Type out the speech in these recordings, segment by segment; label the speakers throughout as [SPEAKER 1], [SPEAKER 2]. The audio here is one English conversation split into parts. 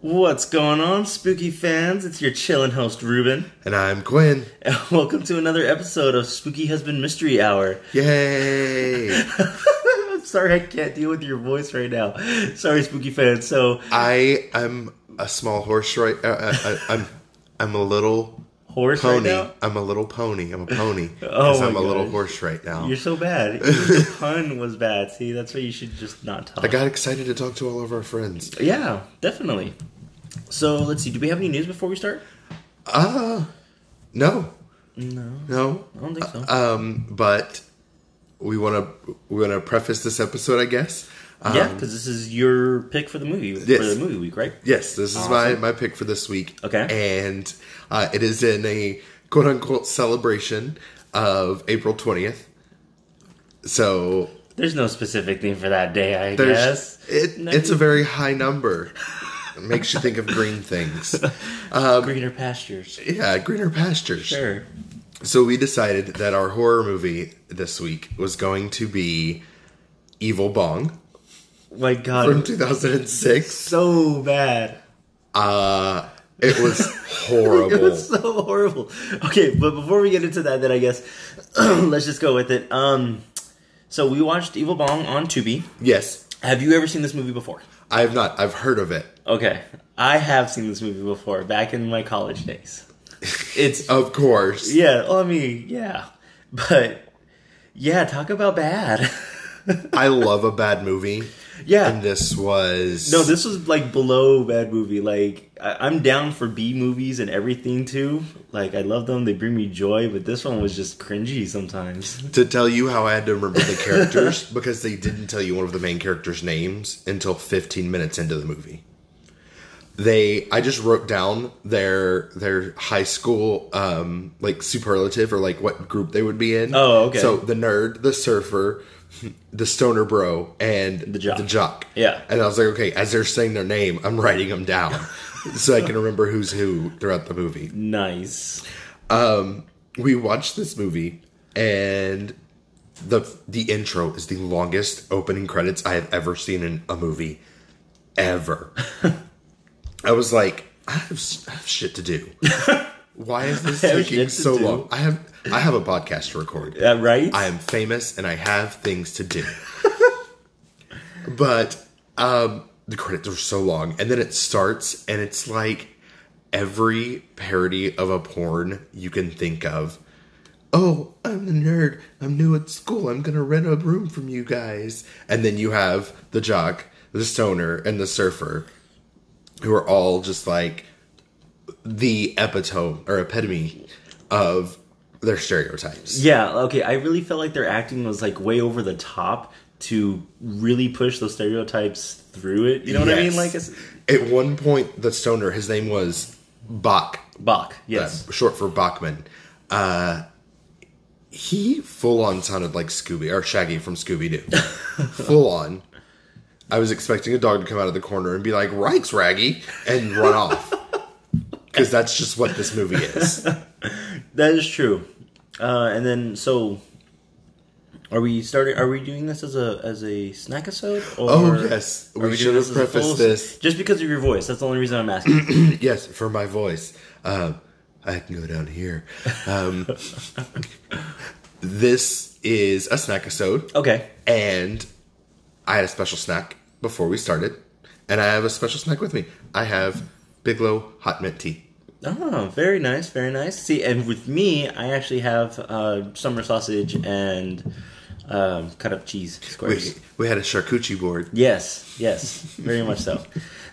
[SPEAKER 1] What's going on, spooky fans? It's your chillin' host, Ruben.
[SPEAKER 2] And I'm Quinn.
[SPEAKER 1] And welcome to another episode of Spooky Husband Mystery Hour.
[SPEAKER 2] Yay!
[SPEAKER 1] I'm sorry I can't deal with your voice right now. Sorry, spooky fans. So,
[SPEAKER 2] I am a small horse right. Uh, uh, uh, I'm I'm a little
[SPEAKER 1] horse
[SPEAKER 2] pony.
[SPEAKER 1] right now?
[SPEAKER 2] I'm a little pony. I'm a pony.
[SPEAKER 1] Oh
[SPEAKER 2] 'Cause
[SPEAKER 1] my
[SPEAKER 2] I'm a little
[SPEAKER 1] gosh.
[SPEAKER 2] horse right now.
[SPEAKER 1] You're so bad. Even the pun was bad. See, that's why you should just not talk.
[SPEAKER 2] I got excited to talk to all of our friends.
[SPEAKER 1] yeah, definitely. So, let's see. Do we have any news before we start?
[SPEAKER 2] Uh no,
[SPEAKER 1] No,
[SPEAKER 2] no.
[SPEAKER 1] I don't think so.
[SPEAKER 2] Um, but we want to we want to preface this episode, I guess. Um,
[SPEAKER 1] yeah, because this is your pick for the movie for
[SPEAKER 2] Yes.
[SPEAKER 1] the movie week, right?
[SPEAKER 2] Yes, this is my, my pick for this week.
[SPEAKER 1] Okay.
[SPEAKER 2] And uh, it is in a quote unquote celebration of April 20th. So
[SPEAKER 1] There's no specific thing for that day, I
[SPEAKER 2] there's
[SPEAKER 1] guess.
[SPEAKER 2] it,
[SPEAKER 1] No.
[SPEAKER 2] it's a very high number. It makes you think of green things.
[SPEAKER 1] greener pastures.
[SPEAKER 2] Yeah, greener pastures.
[SPEAKER 1] Sure.
[SPEAKER 2] So we decided that our horror movie this week was going to be Evil Bong
[SPEAKER 1] My God,
[SPEAKER 2] from 2006.
[SPEAKER 1] so bad.
[SPEAKER 2] Uh, it was horrible.
[SPEAKER 1] It was so horrible. Okay, but before we get into that, then I guess let's just go with it. Um, so we watched Evil Bong on Tubi.
[SPEAKER 2] yes,
[SPEAKER 1] Have you ever seen this movie before?
[SPEAKER 2] I have not. I've heard of it.
[SPEAKER 1] Okay, I have seen this movie before back in my college days. It's
[SPEAKER 2] Of course.
[SPEAKER 1] yeah, well, I mean, yeah, but yeah, talk about bad.
[SPEAKER 2] I love a bad movie,
[SPEAKER 1] yeah,
[SPEAKER 2] and this was
[SPEAKER 1] No, this was like below bad movie. Like I- I'm down for B movies and everything too. Like I love them; they bring me joy. But this one was just cringy sometimes.
[SPEAKER 2] to tell you how I had to remember the characters because they didn't tell you one of the main characters' names until 15 minutes into the movie. They, I just wrote down their their high school um like superlative or like what group they would be in.
[SPEAKER 1] Oh, okay.
[SPEAKER 2] So the nerd, the surfer, the stoner bro, and the
[SPEAKER 1] jock.
[SPEAKER 2] The jock.
[SPEAKER 1] Yeah.
[SPEAKER 2] And I was like, okay, as they're saying their name, I'm writing them down so I can remember who's who throughout the movie.
[SPEAKER 1] Nice.
[SPEAKER 2] we watched this movie and the the intro is the longest opening credits I have ever seen in a movie ever. I was like, I have, s- I have shit to do. Why is this
[SPEAKER 1] I have
[SPEAKER 2] taking
[SPEAKER 1] shit to
[SPEAKER 2] so
[SPEAKER 1] do.
[SPEAKER 2] long? I have I have a podcast to record.
[SPEAKER 1] Yeah, right.
[SPEAKER 2] I am famous and I have things to do. but um, the credits are so long, and then it starts, and it's like every parody of a porn you can think of. Oh, I'm the nerd. I'm new at school. I'm gonna rent a room from you guys. And then you have the jock, the stoner, and the surfer, who are all just like the epitome or epitome of their stereotypes.
[SPEAKER 1] yeah. Okay. I really felt like their acting was like way over the top to really push those stereotypes through it. You know what I mean?
[SPEAKER 2] Yes.
[SPEAKER 1] Like it's
[SPEAKER 2] At one point, the stoner, his name was Bach,
[SPEAKER 1] Bach. Yes.
[SPEAKER 2] uh, short for Bachman. Uh, he full on sounded like Scooby or Shaggy from Scooby Doo. full on. I was expecting a dog to come out of the corner and be like, "Rikes, Raggy," and run off. Because that's just what this movie is.
[SPEAKER 1] that is true. Uh, and then so. Are we starting? Are we doing this as a as a snack episode? Or
[SPEAKER 2] Oh, yes.
[SPEAKER 1] are
[SPEAKER 2] We
[SPEAKER 1] doing
[SPEAKER 2] should
[SPEAKER 1] this
[SPEAKER 2] have
[SPEAKER 1] as a full
[SPEAKER 2] prefaced
[SPEAKER 1] s-
[SPEAKER 2] this.
[SPEAKER 1] just because of your voice. That's the only reason I'm asking.
[SPEAKER 2] yes, for my voice. Um, I can go down here. Um, this is a snack episode.
[SPEAKER 1] Okay.
[SPEAKER 2] and I had a special snack before we started, and I have a special snack with me. I have Bigelow hot mint tea.
[SPEAKER 1] Oh, very nice, very nice. See, and with me, I actually have uh, summer sausage and um, cut up cheese
[SPEAKER 2] We,
[SPEAKER 1] squares.
[SPEAKER 2] we had a charcuterie board.
[SPEAKER 1] Yes, yes, very much so.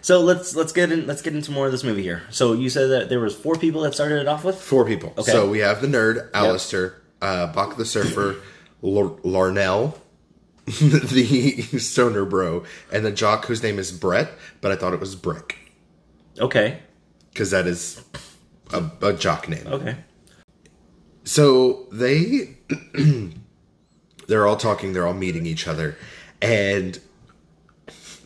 [SPEAKER 1] So let's let's get in let's get into more of this movie here. So you said that there was four people that started it off with.
[SPEAKER 2] Four people.
[SPEAKER 1] Okay.
[SPEAKER 2] So we have the nerd, Alistair, uh, Bach the surfer, L- Larnell, the stoner bro, and the jock whose name is Brett, but I thought it was Brick
[SPEAKER 1] Okay,
[SPEAKER 2] because that is a, a jock name.
[SPEAKER 1] okay,
[SPEAKER 2] So they they're all talking, they're all meeting each other, and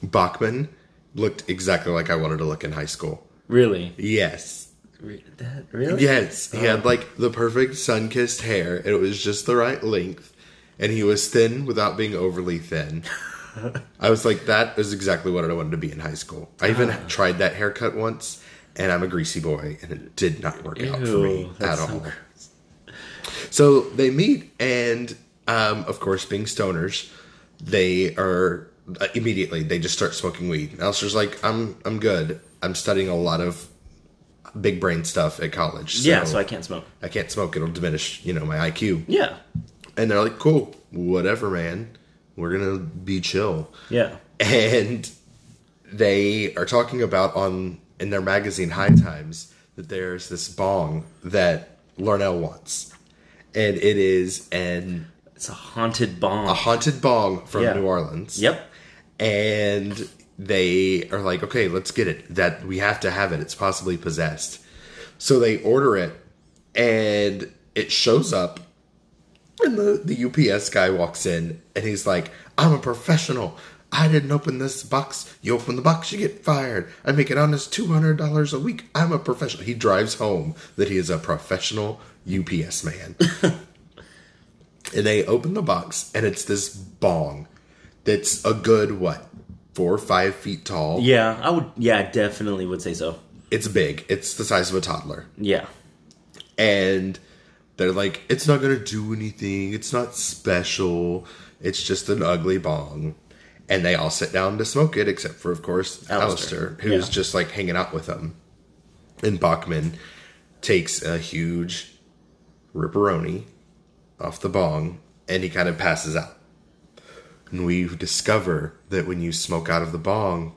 [SPEAKER 2] Bachman looked exactly like I wanted to look in high school.
[SPEAKER 1] really,
[SPEAKER 2] Yes.
[SPEAKER 1] Re- that, really,
[SPEAKER 2] Yes. He had like the perfect sun kissed hair. It was just the right length. And he was thin without being overly thin. I was like, that is exactly what I wanted to be in high school. I even
[SPEAKER 1] Ah.
[SPEAKER 2] tried that haircut once, and I'm a greasy boy, and it did not work out for me
[SPEAKER 1] Ew,
[SPEAKER 2] at
[SPEAKER 1] that's so
[SPEAKER 2] all. So they meet, and um, of course, being stoners, they are uh, immediately they just start smoking weed. And Alistair's like, I'm I'm good. I'm studying a lot of big brain stuff at college. So
[SPEAKER 1] yeah, so I can't smoke.
[SPEAKER 2] I can't smoke. It'll diminish, you know, my IQ.
[SPEAKER 1] Yeah,
[SPEAKER 2] And they're like, cool, whatever, man. We're gonna be chill
[SPEAKER 1] yeah.
[SPEAKER 2] and they are talking about on in their magazine High Times that there's this bong that Larnell wants, and it is an
[SPEAKER 1] It's a haunted bomb.
[SPEAKER 2] a haunted bong from
[SPEAKER 1] Yeah.
[SPEAKER 2] New Orleans.
[SPEAKER 1] yep.
[SPEAKER 2] and they are like, okay, let's get it. That we have to have it. It's possibly possessed. So they order it, and it shows up, and the, the UPS guy walks in, and he's like, "I'm a professional. I didn't open this box. You open the box, you get fired. I make an honest two hundred dollars a week. I'm a professional." He drives home that he is a professional UPS man, and they open the box, and it's this bong that's a good what four or five feet tall.
[SPEAKER 1] Yeah, I would. Yeah, I definitely would say so.
[SPEAKER 2] It's big. It's the size of a toddler.
[SPEAKER 1] Yeah.
[SPEAKER 2] and they're like, it's not gonna do anything. It's not special. It's just an ugly bong. And they all sit down to smoke it, except for, of course,
[SPEAKER 1] Alistair.
[SPEAKER 2] Alistair, who's
[SPEAKER 1] Yeah.
[SPEAKER 2] just like hanging out with them. And Bachman takes a huge ripperoni off the bong and he kind of passes out. And we discover that when you smoke out of the bong,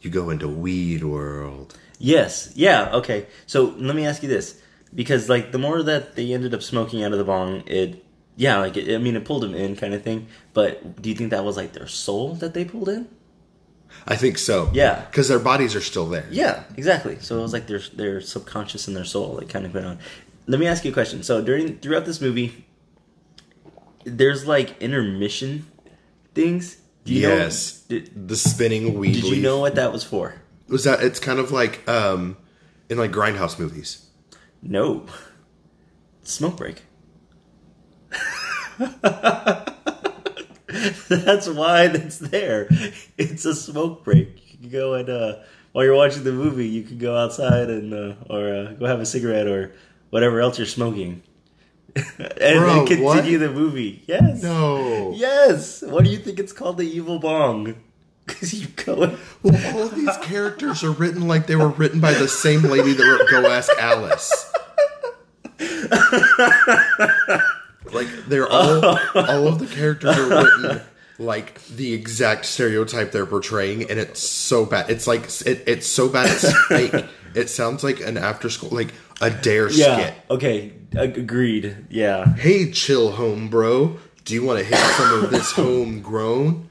[SPEAKER 2] you go into weed world.
[SPEAKER 1] Yes. Yeah. Okay. So let me ask you this, because like the more that they ended up smoking out of the bong, it yeah, like it, I mean, it pulled them in, kind of thing. But do you think that was like their soul that they pulled in?
[SPEAKER 2] I think so.
[SPEAKER 1] Yeah.
[SPEAKER 2] Because their bodies are still there.
[SPEAKER 1] Yeah, exactly. So it was like their their subconscious and their soul like kind of went on. Let me ask you a question. So during throughout this movie, there's like intermission things. Do you know-
[SPEAKER 2] yes,
[SPEAKER 1] did,
[SPEAKER 2] the spinning weed.
[SPEAKER 1] did you
[SPEAKER 2] leaf.
[SPEAKER 1] know what that was for?
[SPEAKER 2] Was that? It's kind of like um, in like grindhouse movies.
[SPEAKER 1] No. Smoke break. That's why that's there. It's a smoke break. You can go and uh, while you're watching the movie, you can go outside and uh, or uh, go have a cigarette or whatever else you're smoking, and then
[SPEAKER 2] Bro,
[SPEAKER 1] continue
[SPEAKER 2] what?
[SPEAKER 1] the movie. Yes.
[SPEAKER 2] No.
[SPEAKER 1] Yes. What do you think it's called? The evil bong. Because you go. and-
[SPEAKER 2] Well, all of these characters are written like they were written by the same lady that wrote Go Ask Alice. like they're all all of the characters are written like the exact stereotype they're portraying, and it's so bad. It's like it, it's so bad. It's fake. It sounds like an after school, like a dare
[SPEAKER 1] Yeah.
[SPEAKER 2] skit.
[SPEAKER 1] Okay. Ag- Agreed. Yeah.
[SPEAKER 2] Hey, chill home, bro. Do you want to hit some of this homegrown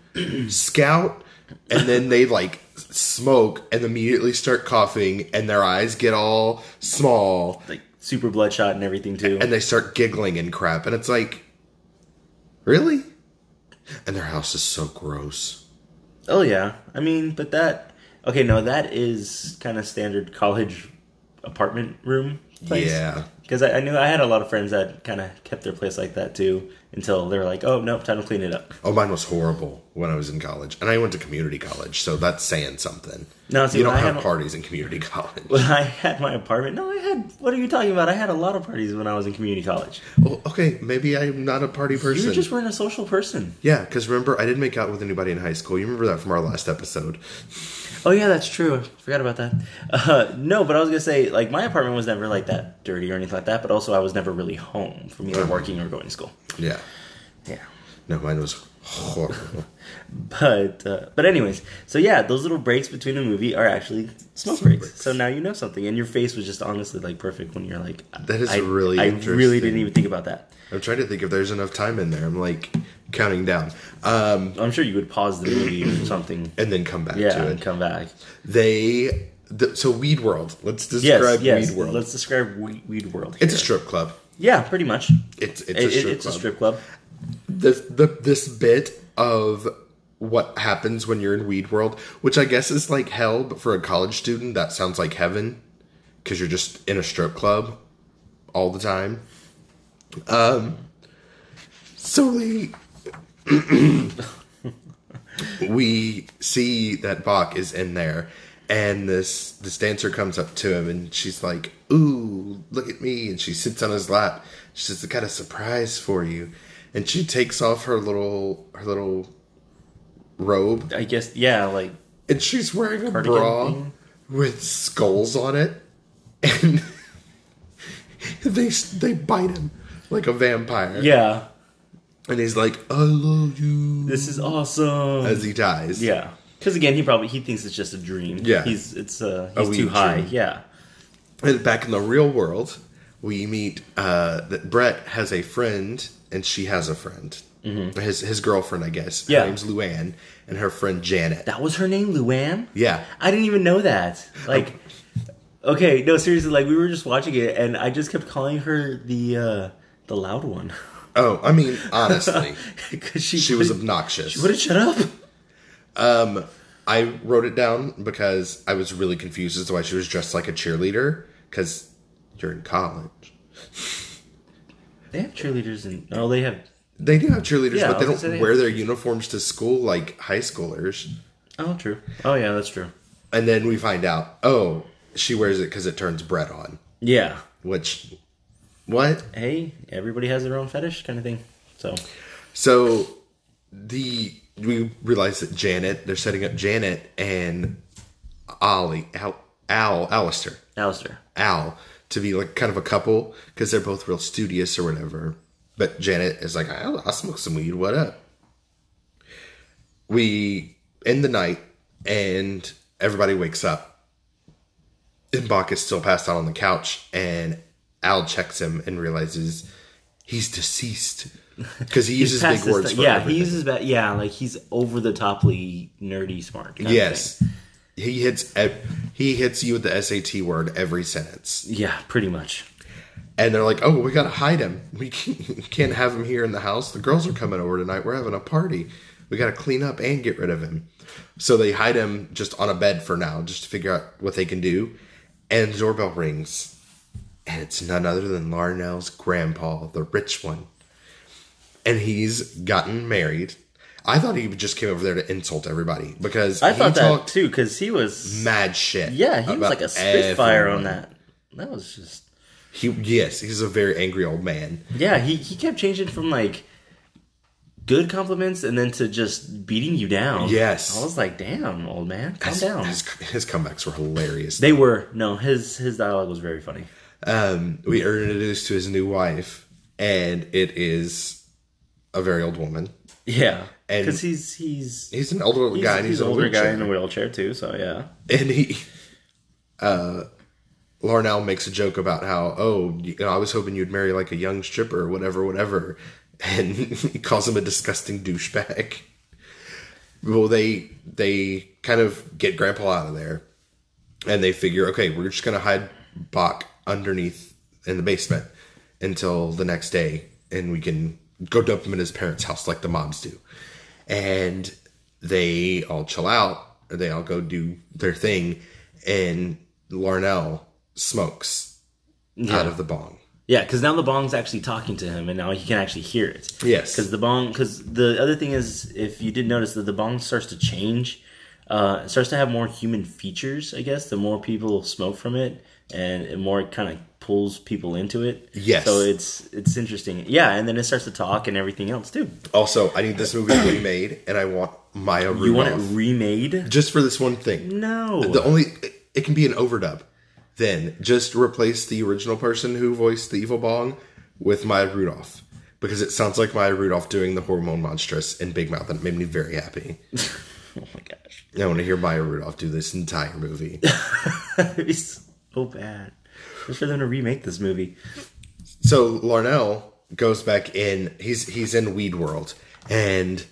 [SPEAKER 2] scout? And then they like smoke and immediately start coughing, and their eyes get all small,
[SPEAKER 1] Like super bloodshot and everything too.
[SPEAKER 2] and they start giggling and crap. And it's like, really? And their house is so gross.
[SPEAKER 1] Oh yeah, I mean, but that okay. No, that is kind of standard college apartment room. Place.
[SPEAKER 2] Yeah.
[SPEAKER 1] because I, I knew I had a lot of friends that kind of kept their place like that too until they were like, "Oh no, time to clean it up."
[SPEAKER 2] Oh, mine was horrible when I was in college, and I went to community college, so that's saying something.
[SPEAKER 1] No, see,
[SPEAKER 2] you don't
[SPEAKER 1] when I
[SPEAKER 2] have
[SPEAKER 1] had-
[SPEAKER 2] parties in community college.
[SPEAKER 1] When I had my apartment, no, I had. What are you talking about? I had a lot of parties when I was in community college.
[SPEAKER 2] Well, okay, maybe I'm not a party person.
[SPEAKER 1] You just weren't a social person.
[SPEAKER 2] Yeah, because remember, I didn't make out with anybody in high school. You remember that from our last episode.
[SPEAKER 1] Oh yeah, that's true. I forgot about that. Uh, no, but I was gonna say like my apartment was never like that dirty or anything like that. But also, I was never really home from either working or going to school.
[SPEAKER 2] Yeah.
[SPEAKER 1] Yeah.
[SPEAKER 2] No, mine was horrible.
[SPEAKER 1] But uh, but anyways, so yeah, those little breaks between the movie are actually smoke breaks.
[SPEAKER 2] breaks.
[SPEAKER 1] So now you know something, and your face was just honestly like perfect when you're like,
[SPEAKER 2] That is
[SPEAKER 1] I,
[SPEAKER 2] really
[SPEAKER 1] I really
[SPEAKER 2] interesting.
[SPEAKER 1] didn't even think about that.
[SPEAKER 2] I'm trying to think if there's enough time in there. I'm like counting down. Um,
[SPEAKER 1] I'm sure you would pause the movie or something,
[SPEAKER 2] and then come back
[SPEAKER 1] yeah,
[SPEAKER 2] to
[SPEAKER 1] and
[SPEAKER 2] it.
[SPEAKER 1] come back.
[SPEAKER 2] They. The, so, Weed World. Let's
[SPEAKER 1] Yes,
[SPEAKER 2] describe
[SPEAKER 1] yes.
[SPEAKER 2] Weed World.
[SPEAKER 1] Let's describe Weed, weed World.
[SPEAKER 2] it's a
[SPEAKER 1] here.
[SPEAKER 2] strip club.
[SPEAKER 1] Yeah, pretty much.
[SPEAKER 2] It's, it's
[SPEAKER 1] It-
[SPEAKER 2] a
[SPEAKER 1] it-
[SPEAKER 2] strip
[SPEAKER 1] it's
[SPEAKER 2] club.
[SPEAKER 1] a strip club.
[SPEAKER 2] this the this bit of what happens when you're in weed world, which I guess is like hell, but for a college student that sounds like heaven because you're just in a strip club all the time. Um, so they we see that Bach is in there, and this this dancer comes up to him, and she's like, "Ooh, look at me!" And she sits on his lap. She says, "I got a surprise for you," and she takes off her little her little robe,
[SPEAKER 1] I guess yeah, like
[SPEAKER 2] and she's wearing a
[SPEAKER 1] Cardigan
[SPEAKER 2] bra
[SPEAKER 1] thing?
[SPEAKER 2] with skulls on it, and they they bite him like a vampire.
[SPEAKER 1] yeah,
[SPEAKER 2] and he's like, "I love you."
[SPEAKER 1] this is awesome.
[SPEAKER 2] as he dies.
[SPEAKER 1] yeah, because again, he probably he thinks it's just a dream.
[SPEAKER 2] Yeah.
[SPEAKER 1] he's it's uh
[SPEAKER 2] A
[SPEAKER 1] he's
[SPEAKER 2] wee
[SPEAKER 1] too high.
[SPEAKER 2] dream.
[SPEAKER 1] Yeah,
[SPEAKER 2] And back in the real world, we meet uh, that Brett has a friend, and she has a friend. His his girlfriend, I guess.
[SPEAKER 1] Mm-hmm. Yeah.
[SPEAKER 2] Her name's Luann, and her friend Janet.
[SPEAKER 1] that was her name, Luann.
[SPEAKER 2] Yeah.
[SPEAKER 1] I didn't even know that. Like, okay, no, seriously, like we were just watching it, and I just kept calling her the uh the loud one
[SPEAKER 2] Oh, I mean, honestly,
[SPEAKER 1] because she
[SPEAKER 2] she was
[SPEAKER 1] wouldn't-
[SPEAKER 2] obnoxious.
[SPEAKER 1] she wouldn't shut up.
[SPEAKER 2] I wrote it down because I was really confused as to why she was dressed like a cheerleader. Because you're in college.
[SPEAKER 1] They have cheerleaders and oh, they have.
[SPEAKER 2] They do have cheerleaders,
[SPEAKER 1] Yeah,
[SPEAKER 2] but they
[SPEAKER 1] I was gonna
[SPEAKER 2] don't
[SPEAKER 1] say-
[SPEAKER 2] wear their uniforms to school like high schoolers.
[SPEAKER 1] Oh, true. Oh, yeah, that's true.
[SPEAKER 2] And then we find out, oh, she wears it because it turns Brett on.
[SPEAKER 1] Yeah.
[SPEAKER 2] Which, what?
[SPEAKER 1] Hey, everybody has their own fetish, kind of thing. So
[SPEAKER 2] So the we realize that Janet, they're setting up Janet and Ollie, Al, Al Alistair,
[SPEAKER 1] Alistair.
[SPEAKER 2] Al to be like kind of a couple because they're both real studious or whatever. But Janet is like, I, I smoke some weed. What up? We end the night and everybody wakes up. And Bach is still passed out on the couch, and Al checks him and realizes he's deceased because he uses big
[SPEAKER 1] Past this
[SPEAKER 2] words.
[SPEAKER 1] ti-
[SPEAKER 2] for
[SPEAKER 1] yeah,
[SPEAKER 2] everything.
[SPEAKER 1] he uses that. Yeah, like he's over the toply nerdy smart. kind of
[SPEAKER 2] yes, he hits ev- he hits you with the SAT word every sentence.
[SPEAKER 1] thing. Yeah, pretty much.
[SPEAKER 2] And they're like, oh, we got to hide him. We can't can't have him here in the house. The girls are coming over tonight. We're having a party. We got to clean up and get rid of him. So they hide him just on a bed for now, just to figure out what they can do. And the doorbell rings. And it's none other than Larnell's grandpa, the rich one. And he's gotten married. I thought he just came over there to insult everybody because
[SPEAKER 1] I
[SPEAKER 2] he
[SPEAKER 1] thought that
[SPEAKER 2] talked
[SPEAKER 1] too because he was.
[SPEAKER 2] mad shit.
[SPEAKER 1] Yeah, he was
[SPEAKER 2] about
[SPEAKER 1] like a spitfire
[SPEAKER 2] everyone.
[SPEAKER 1] on that. That was just.
[SPEAKER 2] He yes, he's a very angry old man.
[SPEAKER 1] Yeah, he he kept changing from like good compliments and then to just beating you down.
[SPEAKER 2] Yes.
[SPEAKER 1] I was like, damn, old man, calm
[SPEAKER 2] His-
[SPEAKER 1] down.
[SPEAKER 2] His, his comebacks were hilarious.
[SPEAKER 1] They were no his his dialogue was very funny.
[SPEAKER 2] Um, we are introduced to his new wife, and it is a very old woman.
[SPEAKER 1] Yeah,
[SPEAKER 2] And-
[SPEAKER 1] because he's he's
[SPEAKER 2] He's an elderly
[SPEAKER 1] he's,
[SPEAKER 2] guy,
[SPEAKER 1] he's,
[SPEAKER 2] and he's
[SPEAKER 1] an older guy in
[SPEAKER 2] and,
[SPEAKER 1] a wheelchair too. So yeah,
[SPEAKER 2] and he, uh, Larnell makes a joke about how, oh, you know, I was hoping you'd marry like a young stripper, or whatever, whatever, and he calls him a disgusting douchebag. Well, they they kind of get Grandpa out of there, and they figure, okay, we're just gonna hide Bach underneath in the basement until the next day, and we can go dump him in his parents' house like the moms do. And they all chill out, or they all go do their thing, and Larnell smokes out of the bong.
[SPEAKER 1] yeah, because now the bong's actually talking to him, and now he can actually hear it.
[SPEAKER 2] Yes.
[SPEAKER 1] because the bong. Because the other thing is, if you did notice that the bong starts to change, uh, it starts to have more human features. I guess the more people smoke from it, and it more it kind of pulls people into it.
[SPEAKER 2] Yes.
[SPEAKER 1] so it's it's interesting. Yeah, and then it starts to talk and everything else too.
[SPEAKER 2] Also, I need this movie remade, and I want Maya Rudolph
[SPEAKER 1] You want it remade?
[SPEAKER 2] just for this one thing.
[SPEAKER 1] No.
[SPEAKER 2] The only it can be an overdub. Then just replace the original person who voiced the evil bong with Maya Rudolph because it sounds like Maya Rudolph doing the hormone monstrous in Big Mouth, and it made me very happy.
[SPEAKER 1] oh my gosh.
[SPEAKER 2] I want to hear Maya Rudolph do this entire movie.
[SPEAKER 1] It'd be so bad. Just for them to remake this movie.
[SPEAKER 2] so Larnell goes back in. He's he's in Weed World, and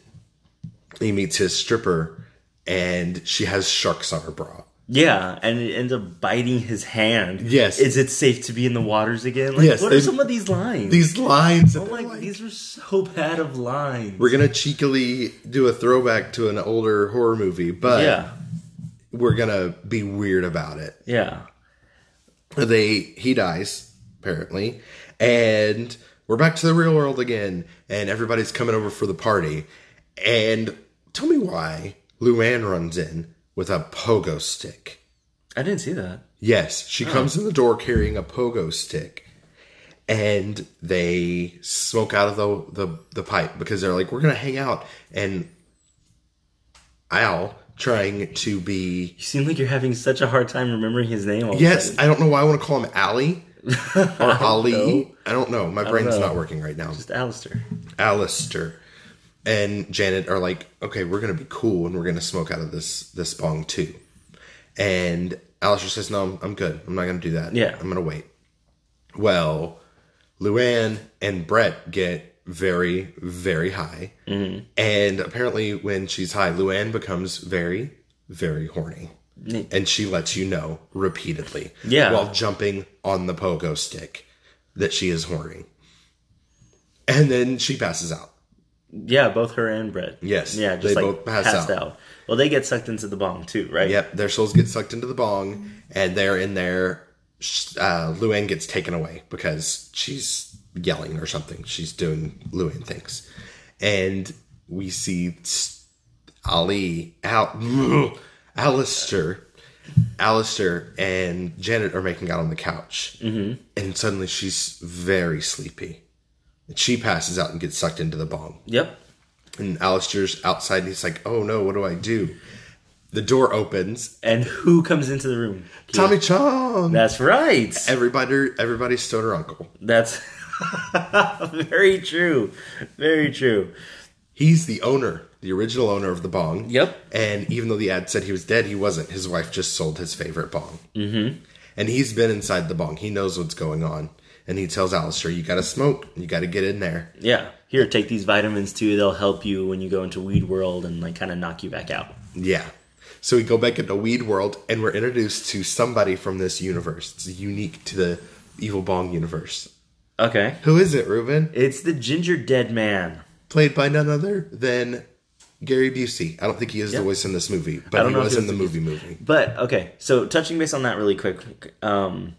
[SPEAKER 2] he meets his stripper, and she has sharks on her bra.
[SPEAKER 1] Yeah, and it ends up biting his hand.
[SPEAKER 2] Yes.
[SPEAKER 1] Is it safe to be in the waters again? Like,
[SPEAKER 2] Yes,
[SPEAKER 1] What
[SPEAKER 2] they-
[SPEAKER 1] are some of these lines?
[SPEAKER 2] These lines,
[SPEAKER 1] I'm like, these are so bad of lines.
[SPEAKER 2] we're gonna cheekily do a throwback to an older horror movie, but
[SPEAKER 1] yeah,
[SPEAKER 2] we're gonna be weird about it.
[SPEAKER 1] yeah.
[SPEAKER 2] They he dies apparently, and we're back to the real world again, and everybody's coming over for the party, and Tell me why Luann runs in with a pogo stick.
[SPEAKER 1] I didn't see that.
[SPEAKER 2] Yes, she comes in the door carrying a pogo stick, and they smoke out of the, the the pipe because they're like, "We're gonna hang out." And Al trying to be
[SPEAKER 1] You seem like you're having such a hard time remembering his name. All of a
[SPEAKER 2] yes,
[SPEAKER 1] sudden.
[SPEAKER 2] I don't know why I want to call him Ali or Ali.
[SPEAKER 1] know.
[SPEAKER 2] I don't know. My brain's
[SPEAKER 1] know.
[SPEAKER 2] not working right now.
[SPEAKER 1] just Alistair.
[SPEAKER 2] Alistair and Janet are like, okay, we're gonna be cool and we're gonna smoke out of this this bong too. And Alistair says, no, I'm, I'm good. I'm not gonna do that.
[SPEAKER 1] Yeah.
[SPEAKER 2] I'm gonna wait. Well, Luann and Brett get very very high, and apparently when she's high, Luann becomes very very horny. And she lets you know repeatedly,
[SPEAKER 1] Yeah.
[SPEAKER 2] while jumping on the pogo stick, that she is horny. And then she passes out.
[SPEAKER 1] Yeah, both her and Brett.
[SPEAKER 2] Yes,
[SPEAKER 1] Yeah,
[SPEAKER 2] they
[SPEAKER 1] just like
[SPEAKER 2] both pass
[SPEAKER 1] passed
[SPEAKER 2] out.
[SPEAKER 1] out. Well, they get sucked into the bomb too, right?
[SPEAKER 2] Yep, their souls get sucked into the bong, and they're in there. Sh- Uh, Luann gets taken away because she's yelling or something. She's doing Luann things, and we see s- Ali, Al, Alistair, Alistair, and Janet are making out on the couch, mm-hmm. and suddenly she's very sleepy. And She passes out and gets sucked into the bong.
[SPEAKER 1] Yep.
[SPEAKER 2] And Alistair's outside and he's like, oh no, what do I do? The door opens.
[SPEAKER 1] And who comes into the room?
[SPEAKER 2] Tommy Chong!
[SPEAKER 1] That's right.
[SPEAKER 2] Everybody, everybody's stoner uncle.
[SPEAKER 1] That's very true. Very true.
[SPEAKER 2] He's the owner, the original owner of the bong.
[SPEAKER 1] Yep.
[SPEAKER 2] And even though the ad said he was dead, he wasn't. His wife just sold his favorite bong. Mm-hmm. And he's been inside the bong. He knows what's going on. And he tells Alistair, you gotta smoke. You gotta get in there.
[SPEAKER 1] Yeah. Here, take these vitamins too. They'll help you when you go into weed world and like kind of knock you back out.
[SPEAKER 2] Yeah. So we go back into Weed World and we're introduced to somebody from this universe. It's unique to the Evil Bong universe.
[SPEAKER 1] Okay.
[SPEAKER 2] Who is it, Ruben?
[SPEAKER 1] It's the ginger dead man.
[SPEAKER 2] played by none other than Gary Busey. I don't think he is the voice in this movie,
[SPEAKER 1] I
[SPEAKER 2] but
[SPEAKER 1] don't
[SPEAKER 2] he
[SPEAKER 1] know
[SPEAKER 2] was
[SPEAKER 1] if
[SPEAKER 2] in
[SPEAKER 1] he
[SPEAKER 2] the
[SPEAKER 1] was
[SPEAKER 2] movie movie.
[SPEAKER 1] But okay, so touching base on that really quick. Um,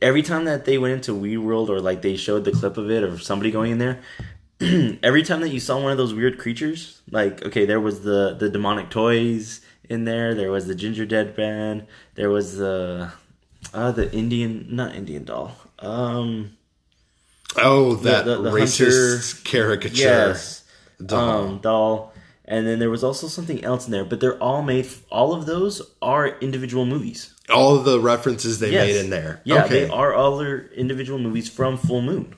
[SPEAKER 1] every time that they went into Weed World or like they showed the clip of it or somebody going in there, every time that you saw one of those weird creatures, like okay, there was the the demonic toys in there, there was the ginger dead man, there was the uh the Indian not Indian doll. Um
[SPEAKER 2] Oh, that
[SPEAKER 1] the- the
[SPEAKER 2] racist caricature.
[SPEAKER 1] yes.
[SPEAKER 2] doll.
[SPEAKER 1] Um, doll. And then there was also something else in there, but they're all made. All of those are individual movies.
[SPEAKER 2] All of the references they
[SPEAKER 1] Yes.
[SPEAKER 2] made in there.
[SPEAKER 1] Yeah,
[SPEAKER 2] okay.
[SPEAKER 1] they are all their individual movies from Full Moon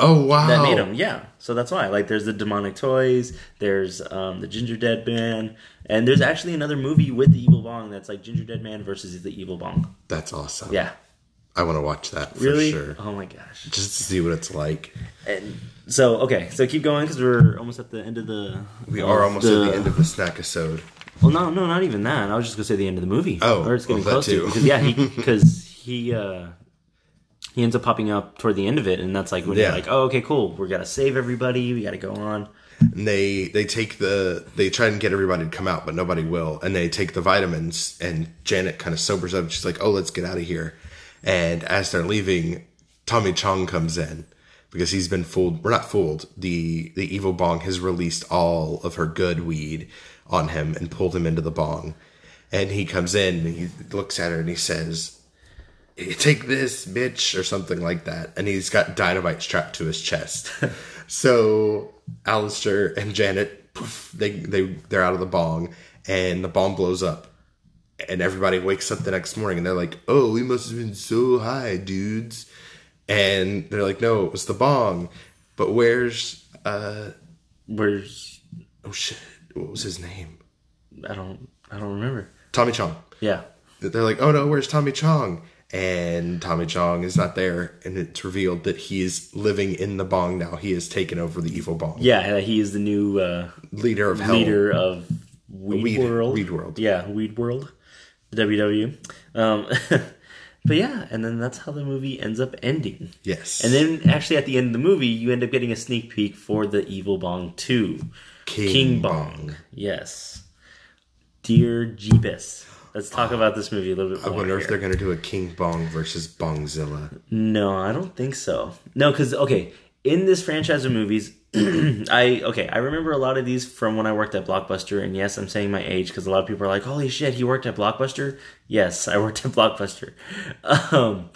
[SPEAKER 2] oh wow.
[SPEAKER 1] that made them. Yeah, so that's why. Like, there's the demonic toys. There's um, the Ginger Dead Man, and there's actually another movie with the Evil Bong that's like Ginger Dead Man versus the Evil Bong.
[SPEAKER 2] That's awesome.
[SPEAKER 1] Yeah,
[SPEAKER 2] I want to watch that for
[SPEAKER 1] really.
[SPEAKER 2] sure.
[SPEAKER 1] Oh my gosh.
[SPEAKER 2] Just to see what it's like.
[SPEAKER 1] And so okay, so keep going because we're almost at the end of the.
[SPEAKER 2] We
[SPEAKER 1] of
[SPEAKER 2] are almost at the end of the snack episode.
[SPEAKER 1] Well, no, no, not even that. I was just gonna say the end of the movie.
[SPEAKER 2] Oh,
[SPEAKER 1] or it's getting
[SPEAKER 2] well, that
[SPEAKER 1] close to
[SPEAKER 2] too.
[SPEAKER 1] it, because yeah, because he, uh, he ends up popping up toward the end of it, and that's like when
[SPEAKER 2] Yeah.
[SPEAKER 1] you're like, oh, okay, cool, we gotta save everybody, we gotta go on.
[SPEAKER 2] And they they take the they try and get everybody to come out, but nobody will. And they take the vitamins, and Janet kind of sobers up. She's like, "Oh, let's get out of here." And as they're leaving, Tommy Chong comes in because he's been fooled. We're not fooled. the The evil bong has released all of her good weed on him and pulled him into the bong. And he comes in and he looks at her and he says, take this bitch or something like that and he's got dynamite strapped to his chest so Alistair and Janet poof, they they they're out of the bong and the bomb blows up and everybody wakes up the next morning and they're like oh we must have been so high dudes and they're like no it was the bong but where's uh
[SPEAKER 1] Where's
[SPEAKER 2] oh shit what was his name
[SPEAKER 1] I don't I don't remember.
[SPEAKER 2] Tommy Chong
[SPEAKER 1] Yeah.
[SPEAKER 2] they're like, "Oh no, where's Tommy Chong?" And Tommy Chong is not there, and it's revealed that he is living in the bong now. He has taken over the evil bong,
[SPEAKER 1] Yeah, uh, he is the new uh,
[SPEAKER 2] leader of hell.
[SPEAKER 1] leader of Weed,
[SPEAKER 2] Weed-
[SPEAKER 1] World.
[SPEAKER 2] Weed World.
[SPEAKER 1] Yeah, Weed World. WW. Um, but yeah, and then that's how the movie ends up ending.
[SPEAKER 2] Yes,
[SPEAKER 1] And then actually at the end of the movie, you end up getting a sneak peek for the Evil Bong 2.
[SPEAKER 2] King Bong.
[SPEAKER 1] Yes. Dear Jeebus. Let's talk about this movie a little bit
[SPEAKER 2] I
[SPEAKER 1] more.
[SPEAKER 2] wonder if
[SPEAKER 1] here.
[SPEAKER 2] they're going to do a King Bong versus Bongzilla.
[SPEAKER 1] No, I don't think so. No, because okay, in this franchise of movies, I okay, I remember a lot of these from when I worked at Blockbuster, and yes, I'm saying my age because a lot of people are like, "Holy shit, he worked at Blockbuster." Yes, I worked at Blockbuster. Um,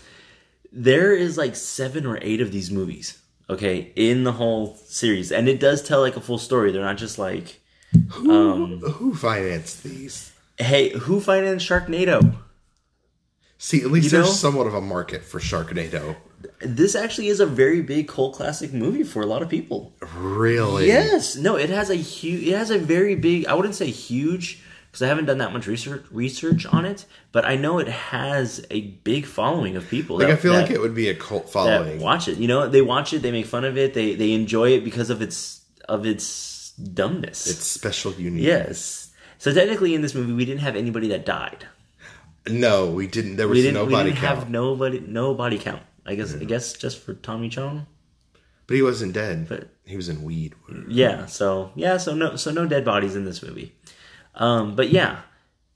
[SPEAKER 1] there is like seven or eight of these movies, okay, in the whole series, and it does tell like a full story. They're not just like,
[SPEAKER 2] Who, who financed these?
[SPEAKER 1] "Hey, who financed Sharknado?"
[SPEAKER 2] See, at least
[SPEAKER 1] You
[SPEAKER 2] there's
[SPEAKER 1] know-
[SPEAKER 2] somewhat of a market for Sharknado.
[SPEAKER 1] This actually is a very big cult classic movie for a lot of people.
[SPEAKER 2] Really?
[SPEAKER 1] Yes, no, it has a huge. It has a very big. I wouldn't say huge because I haven't done that much research research on it, but I know it has a big following of people.
[SPEAKER 2] Like I
[SPEAKER 1] that-
[SPEAKER 2] feel
[SPEAKER 1] that,
[SPEAKER 2] like it would be a cult
[SPEAKER 1] that
[SPEAKER 2] following.
[SPEAKER 1] watch it. You know, they watch it, they make fun of it, they they enjoy it because of its of its dumbness.
[SPEAKER 2] It's special unique.
[SPEAKER 1] yes. So technically, in this movie, we didn't have anybody that died.
[SPEAKER 2] No, we didn't. There was
[SPEAKER 1] We didn't.
[SPEAKER 2] no
[SPEAKER 1] we
[SPEAKER 2] body
[SPEAKER 1] didn't
[SPEAKER 2] count,
[SPEAKER 1] have nobody. No body count. I guess. I guess just for Tommy Chong.
[SPEAKER 2] but he wasn't dead.
[SPEAKER 1] But-
[SPEAKER 2] he was in weed.
[SPEAKER 1] Yeah. So yeah. So no. So no dead bodies in this movie. Um. But yeah,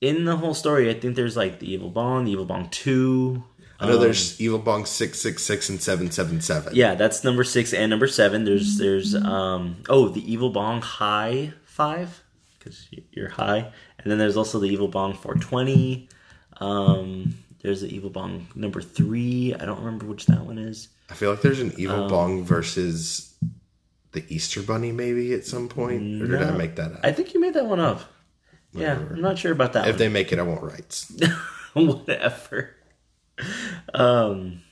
[SPEAKER 1] in the whole story, I think there's like the evil bong, the evil bong two.
[SPEAKER 2] I know there's Evil Bong six six six and seven seven seven.
[SPEAKER 1] Um, Yeah, that's number six and number seven. There's there's um oh the evil bong high five because you're high, and then there's also the evil bong 420. Um. There's the evil bong number three. I don't remember which that one is.
[SPEAKER 2] I feel like there's an Evil
[SPEAKER 1] Um,
[SPEAKER 2] Bong versus the Easter Bunny maybe at some point. Or did I
[SPEAKER 1] no.
[SPEAKER 2] make that up?
[SPEAKER 1] I think you made that one up. Yeah, I'm not sure about that.
[SPEAKER 2] if they make it, I want rights.
[SPEAKER 1] one. Whatever. Um,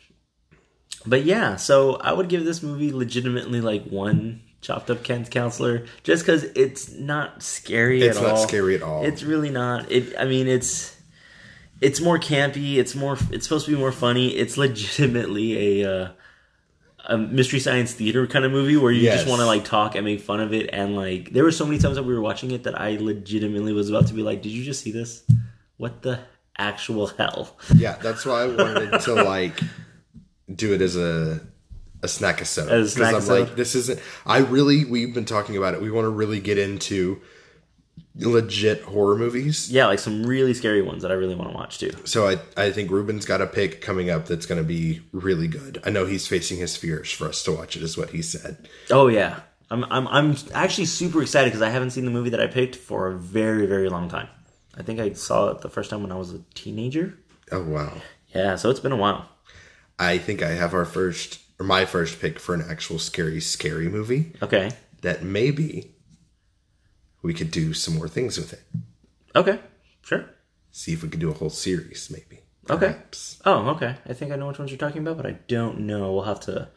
[SPEAKER 1] but yeah, so I would give this movie legitimately like one chopped up Kent counselor, just because it's not scary
[SPEAKER 2] It's
[SPEAKER 1] at
[SPEAKER 2] not
[SPEAKER 1] all.
[SPEAKER 2] scary at all.
[SPEAKER 1] It's really not. It. I mean, it's it's more campy. It's more. It's supposed to be more funny. It's legitimately a. Uh, a mystery science theater kind of movie where you
[SPEAKER 2] Yes.
[SPEAKER 1] just want to like talk and make fun of it and like there were so many times that we were watching it that I legitimately was about to be like, "Did you just see this? What the actual hell?"
[SPEAKER 2] yeah, that's why I wanted to like do it as a a snack episode.
[SPEAKER 1] As a snack
[SPEAKER 2] I'm like,
[SPEAKER 1] episode.
[SPEAKER 2] this isn't. I really, we've been talking about it. We want to really get into legit horror movies.
[SPEAKER 1] Yeah, like some really scary ones that I really want to watch too.
[SPEAKER 2] So I, I think Ruben's got a pick coming up that's going to be really good. I know he's facing his fears for us to watch it, is what he said.
[SPEAKER 1] Oh yeah, I'm I'm I'm actually super excited because I haven't seen the movie that I picked for a very very long time. I think I saw it the first time when I was a teenager.
[SPEAKER 2] Oh wow!
[SPEAKER 1] Yeah, so it's been a while.
[SPEAKER 2] I think I have our first or my first pick for an actual scary, scary movie
[SPEAKER 1] Okay,
[SPEAKER 2] that maybe we could do some more things with it.
[SPEAKER 1] okay, sure.
[SPEAKER 2] See if we could do a whole series, maybe.
[SPEAKER 1] Okay.
[SPEAKER 2] Perhaps.
[SPEAKER 1] Oh, okay. I think I know which ones you're talking about, but I don't know. We'll have to.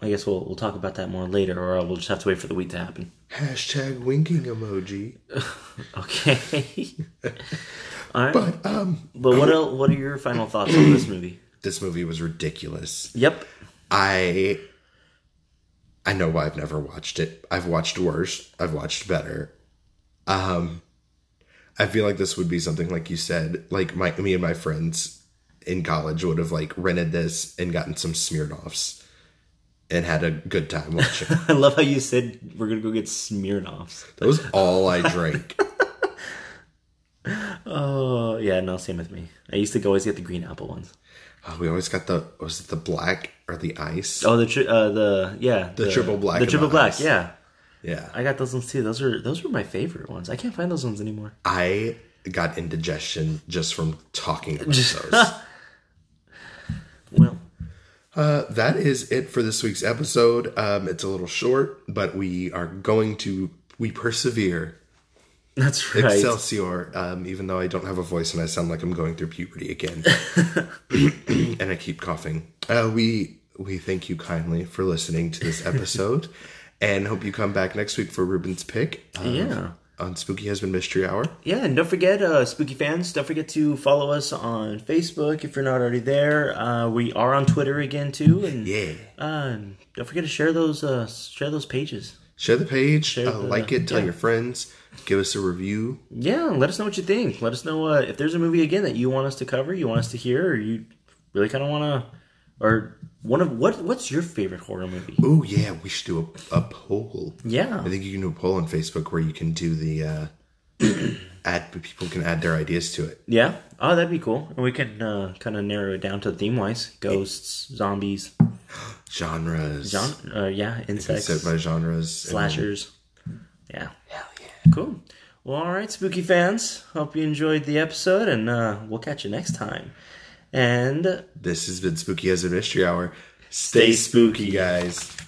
[SPEAKER 1] I guess we'll we'll talk about that more later, or we'll just have to wait for the week to happen.
[SPEAKER 2] Hashtag winking emoji.
[SPEAKER 1] Okay. All right.
[SPEAKER 2] But um,
[SPEAKER 1] But what el What are your final thoughts on this movie?
[SPEAKER 2] this movie was ridiculous.
[SPEAKER 1] Yep.
[SPEAKER 2] I I know why I've never watched it. I've watched worse. I've watched better. Um I feel like this would be something like you said, like my me and my friends in college would have like rented this and gotten some Smirnoffs and had a good time watching.
[SPEAKER 1] I love how you said we're gonna go get Smirnoffs.
[SPEAKER 2] that was all I drank.
[SPEAKER 1] Oh yeah, no, same with me. I used to always get the green apple ones.
[SPEAKER 2] Oh, we always got the was it the black or the ice?
[SPEAKER 1] Oh, the tri- uh, the yeah, the,
[SPEAKER 2] triple black
[SPEAKER 1] the
[SPEAKER 2] and
[SPEAKER 1] triple
[SPEAKER 2] the
[SPEAKER 1] black.
[SPEAKER 2] ice.
[SPEAKER 1] Yeah,
[SPEAKER 2] Yeah.
[SPEAKER 1] I got those ones too. Those were those were my favorite ones. I can't find those ones anymore.
[SPEAKER 2] I got indigestion just from talking about those.
[SPEAKER 1] Well,
[SPEAKER 2] Uh, that is it for this week's episode. Um, it's a little short, but we are going to we persevere.
[SPEAKER 1] that's right.
[SPEAKER 2] Excelsior, um, even though I don't have a voice and I sound like I'm going through puberty again, and I keep coughing. Uh, we we thank you kindly for listening to this episode, and hope you come back next week for Ruben's pick. uh,
[SPEAKER 1] Yeah.
[SPEAKER 2] on Spooky Husband Mystery Hour.
[SPEAKER 1] Yeah, and don't forget, uh, spooky fans, don't forget to follow us on Facebook if you're not already there. Uh, we are on Twitter again too, and
[SPEAKER 2] Yeah,
[SPEAKER 1] uh, don't forget to share those uh, share those pages.
[SPEAKER 2] share the page, uh,
[SPEAKER 1] the-
[SPEAKER 2] like it, tell your friends, give us a review.
[SPEAKER 1] Yeah, and let us know what you think. Let us know uh, if there's a movie again that you want us to cover, you want us to hear, or you really kind of want to, or one of what what's your favorite horror movie?
[SPEAKER 2] Oh yeah, we should do a, a poll.
[SPEAKER 1] Yeah,
[SPEAKER 2] I think you can do a poll on Facebook where you can do the uh, add people can add their ideas to it.
[SPEAKER 1] yeah. Oh, that'd be cool, and we can uh, kind of narrow it down to theme wise: ghosts, zombies,
[SPEAKER 2] Genres.
[SPEAKER 1] John, uh, yeah, insects,
[SPEAKER 2] Set by genres. and-
[SPEAKER 1] slashers. Yeah. Hell yeah. Cool. Well, all right, spooky fans. Hope you enjoyed the episode, and uh, we'll catch you next time. And
[SPEAKER 2] This has been Spooky as a Mystery Hour. Stay spooky, guys.